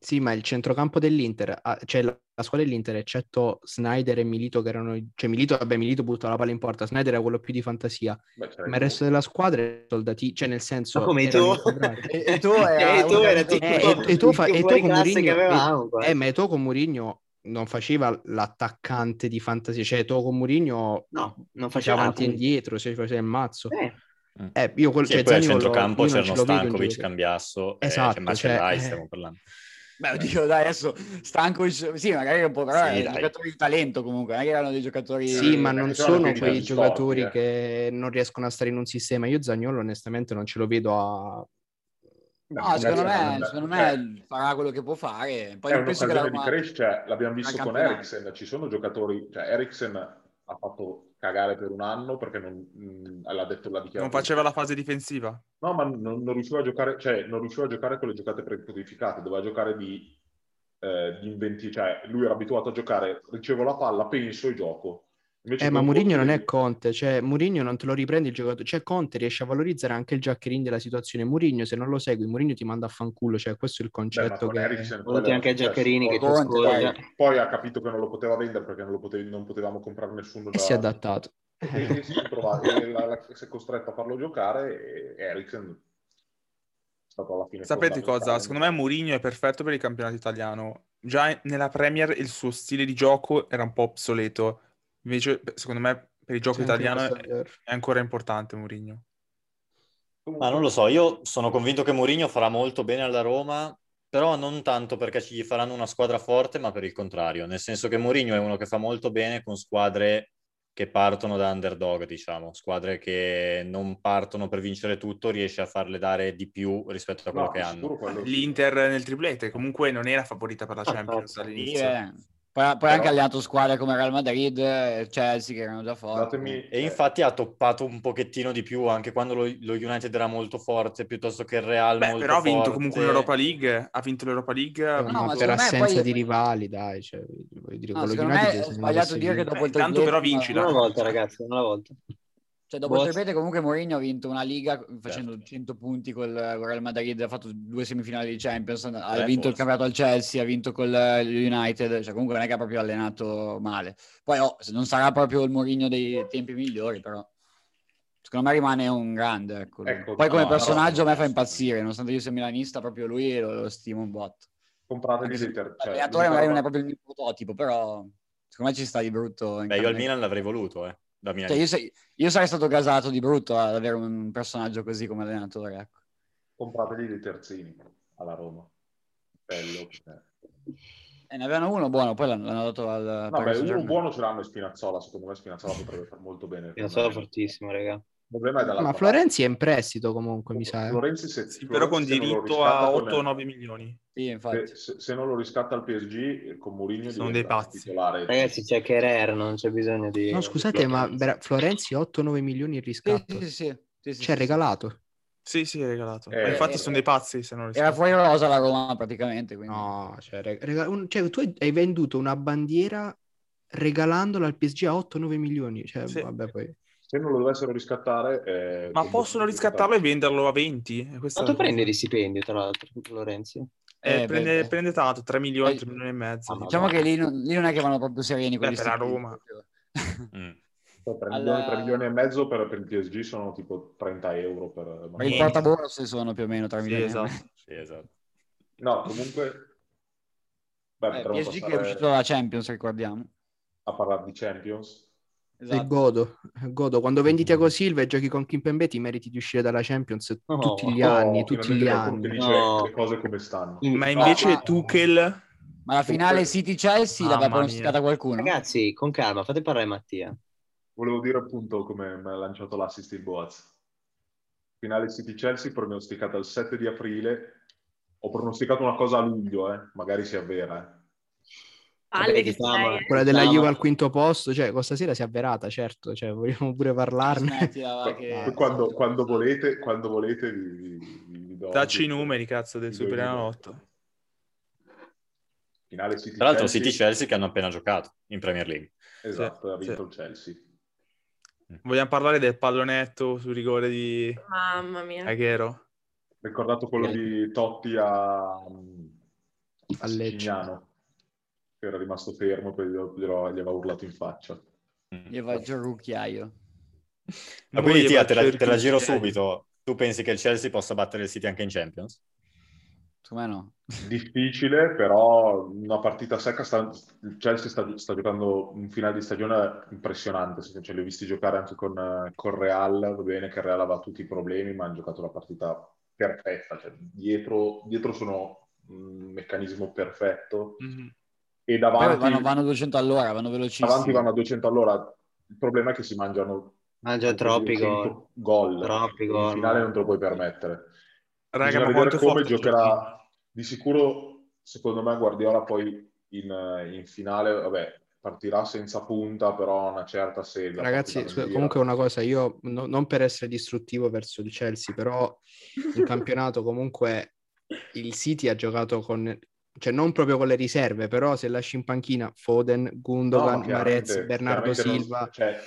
Sì, ma il centrocampo dell'Inter, ah, cioè la, la squadra dell'Inter, eccetto Snyder e Milito, che erano... i- Cioè Milito, vabbè, Milito butta la palla in porta, Snyder era quello più di fantasia,
Beh, c'era
ma il resto della squadra è soldati, cioè nel senso...
Ma come
erano
tu?
<laughs>
integrati.
E- e tu
Eh,
era-
tu era tutto
Eh, e- e tu fa-
tutto
e tu
fuori
con
classe che
Mourinho-
avevamo. qua.
Eh, ma Eto'o con Mourinho non faceva l'attaccante di fantasia, cioè Eto'o con Mourinho
No, non
faceva
faceva
avanti e indietro, si faceva il mazzo.
Eh,
Mm.
Eh, io quello,
Sì,
cioè,
e poi al
Zaniolo-
centrocampo
io non
c'erano
ce lo vedo in
Stankovic,
gioco.
Cambiasso,
Esatto,
e Macellai,
cioè, eh.
stiamo parlando.
Beh, oddio, dai, adesso Stankovic, sì, magari un po', però
Sì,
erano
dai.
giocatori di talento comunque, non è che erano dei giocatori...
Sì,
Eh,
ma
perché
non
sono
sono
anche
quei
distorti,
giocatori
eh.
che non riescono a stare in un sistema. Io Zagnolo onestamente non ce lo vedo a...
No, secondo me,
Beh,
secondo
cioè,
me farà quello che può fare. Poi
è
non penso che la
un'occasione di
Roma...
crescita, l'abbiamo visto
dal
con
campionato.
Eriksen, ci sono giocatori, cioè Eriksen ha fatto cagare per un anno perché non, mh, l'ha detto la dichiarazione.
Non faceva la fase difensiva.
No, ma non, non riusciva a giocare, cioè, non riusciva a giocare con le giocate precodificate, doveva giocare di, eh, di inventi, cioè lui era abituato a giocare, ricevo la palla, penso e gioco. Invece
Eh, ma
con
Mourinho non è
Conte-
Conte, cioè Mourinho non te lo riprende il giocatore, cioè Conte riesce a valorizzare anche il Jaccherin della situazione. Mourinho se non lo segui, Mourinho ti manda a fanculo, cioè questo è il
Beh, ma
concetto
con
che...
Eriksen
Volte
quello
anche
era successo.
Giaccherini che eh.
Poi-
tu scorda.
poi, poi ha capito che non lo poteva vendere perché non, lo potevi- non potevamo comprare nessuno
E
da...
si è adattato.
e quindi si è, trovato, e eh, la- la- si è costretto a farlo giocare e Eriksen è stato alla fine
Sapete cosa?
fondamentale.
Secondo me Mourinho è perfetto per il campionato italiano. Già nella Premier il suo stile di gioco era un po' obsoleto. Invece, secondo me, per il gioco
C'è anche
italiano
questo, è vero.
è ancora importante Mourinho.
Ma Ah, non lo so, io sono convinto che Mourinho farà molto bene alla Roma, però non tanto perché ci faranno una squadra forte, ma per il contrario, nel senso che Mourinho è uno che fa molto bene con squadre che partono da underdog, diciamo, squadre che non partono per vincere tutto, riesce a farle dare di più rispetto a quello
No,
che hanno.
sicuro quello sì.
L'Inter nel triplete comunque non era favorita per la
Ah,
Champions
certo.
Sì,
all'inizio.
eh. Poi, poi
Però-
anche alleato squadre come Real Madrid, eh, Chelsea che erano già forti.
Datemi-
E infatti ha toppato un pochettino di più anche quando lo, lo United era molto forte piuttosto che il Real
Beh,
molto
però ha vinto
forte.
comunque l'Europa League, ha vinto l'Europa League.
Ma
no, ma
per
secondo me
assenza
poi-
di rivali, dai, cioè, voglio dire,
No,
quello
secondo
United
me
se
è
non
sbagliato
avesse
dire che
vinto-
dopo il
Eh, intanto
triplete,
però vinci,
ma-
dai.
Una volta, ragazzi, una volta.
Cioè, dopo il
Boh.
triplete comunque Mourinho ha vinto una Liga facendo
Certo.
100 punti col col Real Madrid, ha fatto due semifinali di Champions, ha
Eh,
vinto il
forse.
campionato al Chelsea, ha vinto col eh, United, cioè comunque non è che ha proprio allenato male. Poi oh, se non sarà proprio il Mourinho dei tempi migliori, però secondo me rimane un grande. ecco, lui.
Ecco,
Poi come
no,
personaggio
no,
a me fa
no.
impazzire, nonostante io sia milanista, proprio lui lo, lo stimo un bot.
Compratevi
Anche se
l'Inter, cioè,
L'allenatore magari
l'Inter-
non è proprio il mio prototipo, però secondo me ci sta di brutto.
Beh, io al
in campionato.
Milan l'avrei voluto, eh, da
Cioè,
Milan.
io, sei- io sarei stato gasato di brutto ad avere un personaggio così come allenatore. Ecco.
compratevi dei terzini alla Roma. Bello. eh.
E Eh, ne avevano uno buono, poi l'hanno, l'hanno dato al
No,
Paris
beh, uno
Saint-Germain.
buono ce l'hanno in Spinazzola, secondo me Spinazzola potrebbe far molto bene.
Io sono fortissimo, raga.
Il problema è dalla
Ma Florenzi è in prestito comunque, mi sa. eh.
Florenzi se,
Sì, però con
Florenzi se non lo
diritto
riscatta
a
con-
8 o 9 milioni.
Sì, infatti.
Se, se- se non lo riscatta il PSG, eh, con Mourinho
Sono
diventa
dei pazzi.
titolare.
Ragazzi, c'è Kerer, non c'è bisogno di...
No, scusate, ma vera- Florenzi 8-9 milioni in
Sì,
riscatto.
sì, sì, sì, sì, sì,
Esatto.
sì.
Cioè, regalato.
Sì, sì, è regalato.
Eh,
Ma infatti
eh,
sono dei pazzi se non
Era
rispondo.
fuori rosa la Roma praticamente. Quindi.
No, cioè, reg- rega- un- cioè, tu hai- hai venduto una bandiera regalandola al PSG a 8-9 milioni. Cioè,
Sì.
vabbè, poi...
Se non lo dovessero riscattare... eh,
Ma
con-
possono riscattarlo e venderlo a 20? Eh, Questa è
Quanto
la cosa.
prende di stipendio, tra l'altro, Lorenzi?
Eh,
Eh,
prende,
beh,
prende tanto, 3 milioni,
Poi-
3 milioni e mezzo.
Ah, ma-
Diciamo che lì non, lì non è che vanno proprio sereni
Beh,
quelli
per la
stipendi,
Roma.
proprio.
Mm.
Cioè, tre
Alla-
milioni, tre milioni e mezzo per, per il PSG sono tipo 30 euro per...
Per il
Niente.
portaborse sono più o meno 3
Sì,
milioni.
esatto.
Sì, esatto.
No, comunque... Beh,
Eh,
potremmo
PSG che è
passare
uscito dalla Champions, ricordiamo.
a parlare di Champions.
E godo, godo. Quando vendi Thiago Silva e giochi con Kimpembe ti meriti di uscire dalla Champions
No.
tutti gli
Oh,
anni,
No,
tutti
finalmente
gli
qualcuno che
anni.
dice
No.
le cose come stanno.
Ma
No,
invece
ma-
Tuchel...
Ma la finale
Comunque-
City-Chelsea
Mamma
l'aveva pronosticata
mia.
qualcuno?
Ragazzi, con calma, fate parlare Mattia.
Volevo dire appunto come mi ha lanciato l'assist il Boaz. Finale City Chelsea pronosticata il 7 di aprile. Ho pronosticato una cosa a luglio, eh. magari sia vera. eh.
Palle che
Diciamo,
sei, eh.
Quella della
diciamo.
Juve al quinto posto, cioè, questa sera si è avverata, certo. Cioè, vogliamo pure parlarne.
Smettila, va, che-
Qu- quando, quando volete, quando volete vi, vi- vi- vi do...
Dacci i numeri, cazzo, del
vi do i
Superenalotto.
numeri. Finale City
Tra l'altro
Chelsea.
City Chelsea che hanno appena giocato in Premier League.
Esatto,
Sì,
ha vinto
sì.
il Chelsea.
Vogliamo parlare del pallonetto sul rigore di
Eh? Mamma mia.
Aguero?
Ricordato quello di Totti a,
a Lecce.
Cignano, che era rimasto fermo e glielo- glielo- gli aveva urlato in faccia.
Gli va già il rucchiaio.
Mm.
Lui
Ma Ah, quindi
gli
Tia,
va
te la,
certo
te la
il
giro
Chelsea.
subito. Tu pensi che il Chelsea possa battere il City anche in Champions?
Secondo me no.
Difficile, però una partita secca. Sta, il Chelsea sta, sta giocando un finale di stagione impressionante. se- Cioè, li ho visti giocare anche con, eh, con Real. Va bene che il Real aveva tutti i problemi, ma hanno giocato la partita perfetta. Cioè, dietro, dietro sono un meccanismo perfetto.
Mhm.
E
Poi
davanti
vanno, vanno 200 all'ora, vanno velocissimi.
davanti
<laughs>
vanno a 200 all'ora. Il problema è che si mangiano
Mangia troppi gol.
100 gol.
Troppi
In
gol.
finale non te lo puoi permettere.
Raga, ma
Bisogna vedere
quanto
come
forte
giocherà.
giochi.
Di sicuro, secondo me, Guardiola poi in, in finale, vabbè, partirà senza punta, però una certa sega.
Ragazzi,
partita
scusa,
non
comunque
gira.
una cosa, io no- non per essere distruttivo verso il Chelsea, però
<laughs>
in campionato comunque il City ha giocato con, cioè non proprio con le riserve, però se lasci in panchina Foden,
No, ma
Gundogan,
chiaramente-
Marez, Bernardo
chiaramente non-
Silva,
cioè,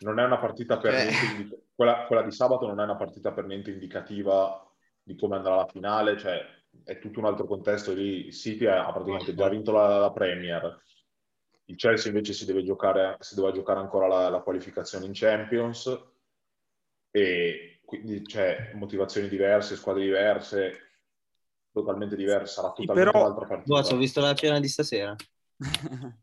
non è una partita per
Eh.
niente indica- quella, quella di sabato non è una partita per niente indicativa di come andrà la finale, cioè è tutto un altro contesto lì. Il City ha ha praticamente già vinto la, la Premier. Il Chelsea invece si deve giocare, si doveva giocare ancora la, la qualificazione in Champions e quindi c'è motivazioni diverse, squadre diverse, totalmente diverse, sarà totalmente
Però-
un'altra partita.
Boh, ho visto la cena di stasera.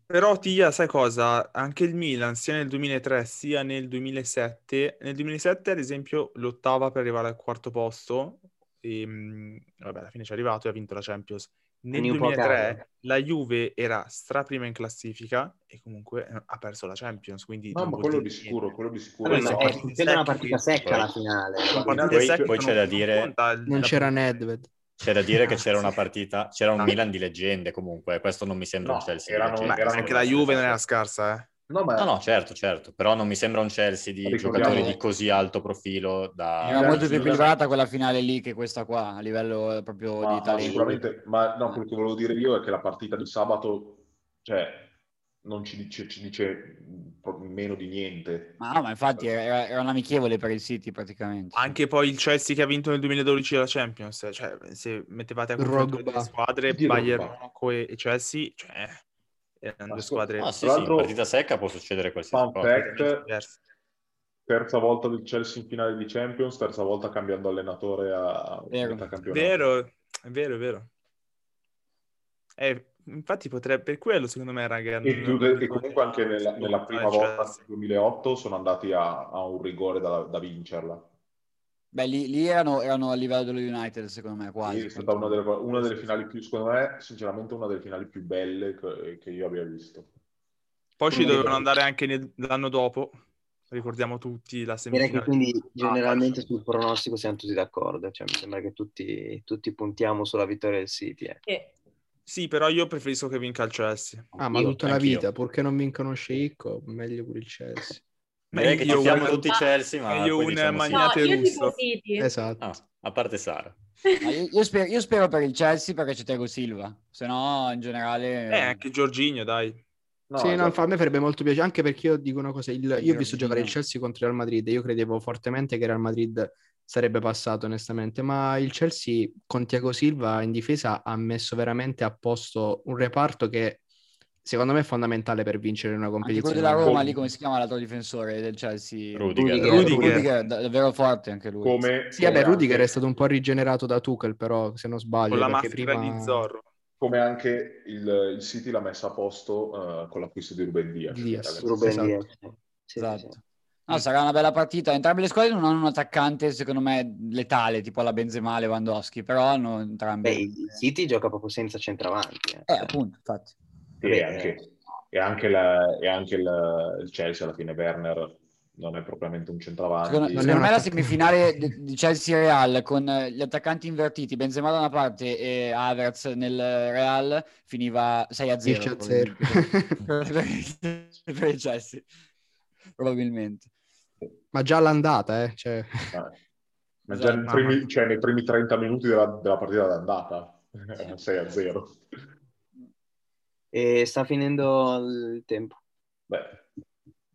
Però Tia, sai cosa? Anche il Milan, sia nel 2003 sia nel 2007, nel 2007 ad esempio lottava per arrivare al quarto posto, e, mh, vabbè alla fine ci è arrivato e ha vinto la Champions. Nel
Quindi un po' a
2003
caso.
la Juve era straprima in classifica e comunque eh, ha perso la Champions, quindi
No,
non
ma
vuol
quello di
dire
sicuro, quello di sicuro.
Vabbè,
Poi
ma
no.
è
sono
succede una partita
secchi.
secca alla finale.
niente. Sono
Poi-
partite
poi-
secche,
poi c'è da
non
dire-
conta il-
non
la-
c'era Nedved.
C'è da dire che c'era
Cazzo.
una partita, c'era un
Ah.
Milan di leggende comunque, eh, questo non mi sembra
No,
un Chelsea
erano-
di
Beh,
leggende.
erano-
anche la Juve non era scarsa, eh.
No, ma
No, no, certo, certo, però non mi sembra un Chelsea di
Ricordiamo-
giocatori di così alto profilo da...
Era molto più
Milan-
equilibrata quella finale lì che questa qua, a livello eh, proprio
Ma-
di
ma
talento.
sicuramente, ma
Eh.
no, quello che volevo dire io è che la partita di sabato, cioè, non ci dice, ci dice mh, pro- meno di niente.
Ma, no, ma infatti era, era un amichevole per il City praticamente.
Anche poi il Chelsea che ha vinto nel 2012 la Champions, eh, cioè se mettevate a confronto le
Drogba.
due squadre,
Di
Bayern,
Drogba.
Monaco e e Chelsea, cioè erano due
Ascol-
squadre
Tra
Ah, sì, sì, in
l'altro-
partita secca può succedere qualsiasi
Fun
cosa.
fact.
completamente diverse.
Terza volta del Chelsea in finale di Champions, terza volta cambiando allenatore a a
Vero.
metà
È
campionato.
vero, è vero, è vero. Eh, infatti potrebbe, per quello secondo me, raga...
E,
non-
tu- e comunque anche nella, nella prima
Cioè,
volta del 2008 sono andati a, a un rigore da, da vincerla.
Beh, lì, lì erano, erano a livello dello United secondo me
Sì,
quasi.
è stata una delle, una delle finali più, secondo me, sinceramente una delle finali più belle che, che io abbia visto.
Poi ci dovevano andare anche nel- l'anno dopo, ricordiamo tutti la
Direi
semifinale.
che
Ah,
quindi generalmente sul pronostico siamo tutti d'accordo. Cioè, mi sembra che tutti, tutti puntiamo sulla vittoria del City. eh.
Che-
Sì, però io preferisco che vinca il Chelsea.
Ah, ma
Io,
tutta la
anch'io.
vita, purché non vincono Sheikko, meglio pure il Chelsea.
Direi che
Meglio
ci siamo
un-
tutti Chelsea, ma
meglio
poi
un
diciamo sì.
No,
Magnate
io
russo.
tipo City.
Esatto.
Ah, a parte Sara.
Ma Io, io spero, io spero per il Chelsea perché c'è Tego Silva, se no in generale...
Eh, anche Giorginio, dai.
sì, no,
esatto.
infa- a me farebbe molto piacere, anche perché io dico una cosa, il- io ho visto
Giorgino.
giocare il Chelsea contro il Real Madrid, e io credevo fortemente che il Real Madrid sarebbe passato onestamente, ma il Chelsea con Thiago Silva in difesa ha messo veramente a posto un reparto che secondo me è fondamentale per vincere una
Anche quello
competizione.
della Roma lì, come si chiama l'altro difensore del Chelsea?
Rudiger.
Rudiger.
da- davvero forte anche lui.
Come,
Sì, vabbè,
come
Rudiger
anche-
è stato un po' rigenerato da Tuchel, però se non sbaglio,
Con la
perché
maschera
prima...
di Zorro.
come anche il, il City l'ha messa a posto eh, con l'acquisto di Ruben Diaz.
Di Diaz.
ragazzi.
Ruben
Esatto.
Diaz. Sì, Mm. sì, sì.
Esatto. No, sarà una bella partita. Entrambe le squadre non hanno un attaccante, secondo me, letale, tipo la Benzema, Lewandowski, però hanno entrambe...
Beh, il City gioca proprio senza centravanti. eh.
Eh,
Ah.
appunto, infatti. Esatto.
E anche, e anche la- e anche il, il Chelsea alla fine Werner non è propriamente un
Secondo,
centravanti.
Non è
secondo
un
me la
attaccante.
semifinale di- di Chelsea Real con eh, gli attaccanti invertiti, Benzema da una parte e Havertz nel Real, finiva 6 a 0.
10 a 0.
probabilmente. <laughs> per il Chelsea, probabilmente.
ma già all'andata, eh. Cioè...
Ma- ma già nei
Esatto.
primi, cioè, nei primi 30 minuti della, della partita d'andata è un 6 a 0.
E sta finendo il tempo.
Beh,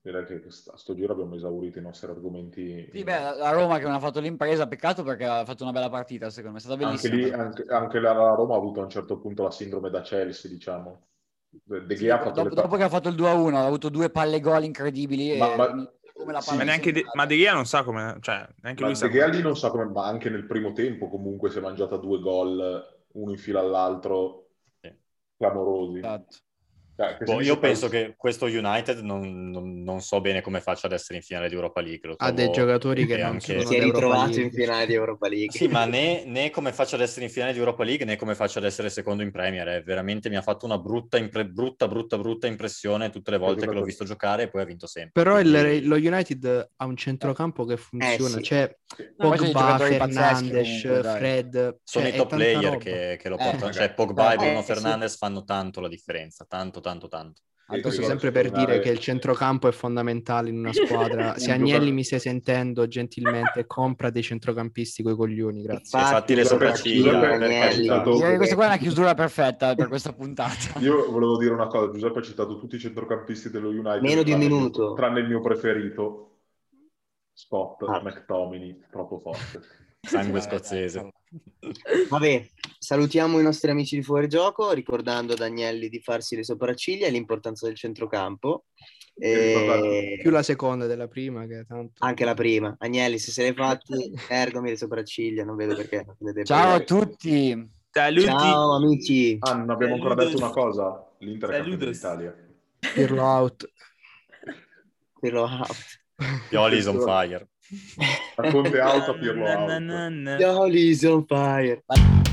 direi che a sto giro abbiamo esaurito i nostri argomenti.
Sì, beh, la la Roma che non ha fatto l'impresa, peccato perché ha fatto una bella partita, secondo me, è stata
anche
bellissima.
lì, anche, anche la la Roma ha avuto a un certo punto la sindrome da Chelsea, diciamo. De De
Sì,
Gea ha fatto
dopo,
le
dopo che ha fatto il 2-1, ha avuto due palle gol incredibili.
Ma-
e-
ma-
come la
sì,
palla
Ma
mi
neanche De,
insegnata.
ma De Gea non sa come... Cioè, neanche
Ma
lui sa
De Gea
come-
lì non sa come, ma anche nel primo tempo comunque si è mangiata due gol, uno in fila all'altro,
Sì.
clamorosi.
Esatto.
Cioè, che
Boh,
si
io
dice-
penso che questo United non, non- non so bene come faccia ad essere in finale di Europa League. lo
Ha dei
trovo-
giocatori che
e
non
anche-
sono
Oh, Sì,
Si
da
è
Europa
ritrovato
League.
in finale di Europa League.
Sì, ma né, né come faccio ad essere in finale di Europa League né come faccio ad essere secondo in Premier. eh. Veramente mi ha fatto una brutta, impre- brutta, brutta, brutta impressione tutte le volte che l'ho visto giocare e poi ha vinto sempre.
Però il-
Quindi-
lo United ha un centrocampo che funziona,
Eh, sì.
cioè
No, poi c'è dei
Pogba,
giocatori pazzeschi
Fernandes,
comunque, dai.
Fred,
Sono
cioè,
i
è
top
tanta
player
roba.
che, che lo
Eh,
portano. Cioè,
ragazzi.
Pogba
Eh,
e Bruno
sì.
Fernandes fanno tanto la differenza. Tanto, tanto,
<laughs>
tanto.
Io
Questo
credo
sempre
che
per dire
tornare-
che il centrocampo è fondamentale in una squadra. Se
Un
Agnelli
giocatore-
mi stai sentendo, gentilmente compra dei centrocampisti coi coglioni, grazie.
Infatti, fatti le
Giuseppe-
sopracciglia,
Giuseppe-
per
Agnelli.
carità.
Tanto-
Direi che questa qua è una chiusura perfetta per questa puntata.
Io volevo dire una cosa, Giuseppe ha citato tutti i centrocampisti dello United.
Meno di un
tranne-
minuto.
Tranne il mio preferito, Scott
Ah.
McTominay, troppo forte.
Esatto.
Sangue scozzese.
Vabbè, salutiamo i nostri amici di Fuorigioco, ricordando ad Agnelli di farsi le sopracciglia e l'importanza del centrocampo. E...
Più la seconda della prima, che tanto...
Anche la prima. Agnelli, se se le hai fatti, ergomi le sopracciglia, non vedo perché. le devo-
Ciao a tutti.
Saluti.
Ciao amici.
Ah, non abbiamo ancora
Saludos.
detto una cosa, l'Inter è campione
Saludos.
d'Italia.
Pirlo out.
Quello out.
Pioli
<laughs>
is on fire.
<laughs>
A Conte out, a Pirlo out.
Na, na, na, na.
Ciao Lisa on fire.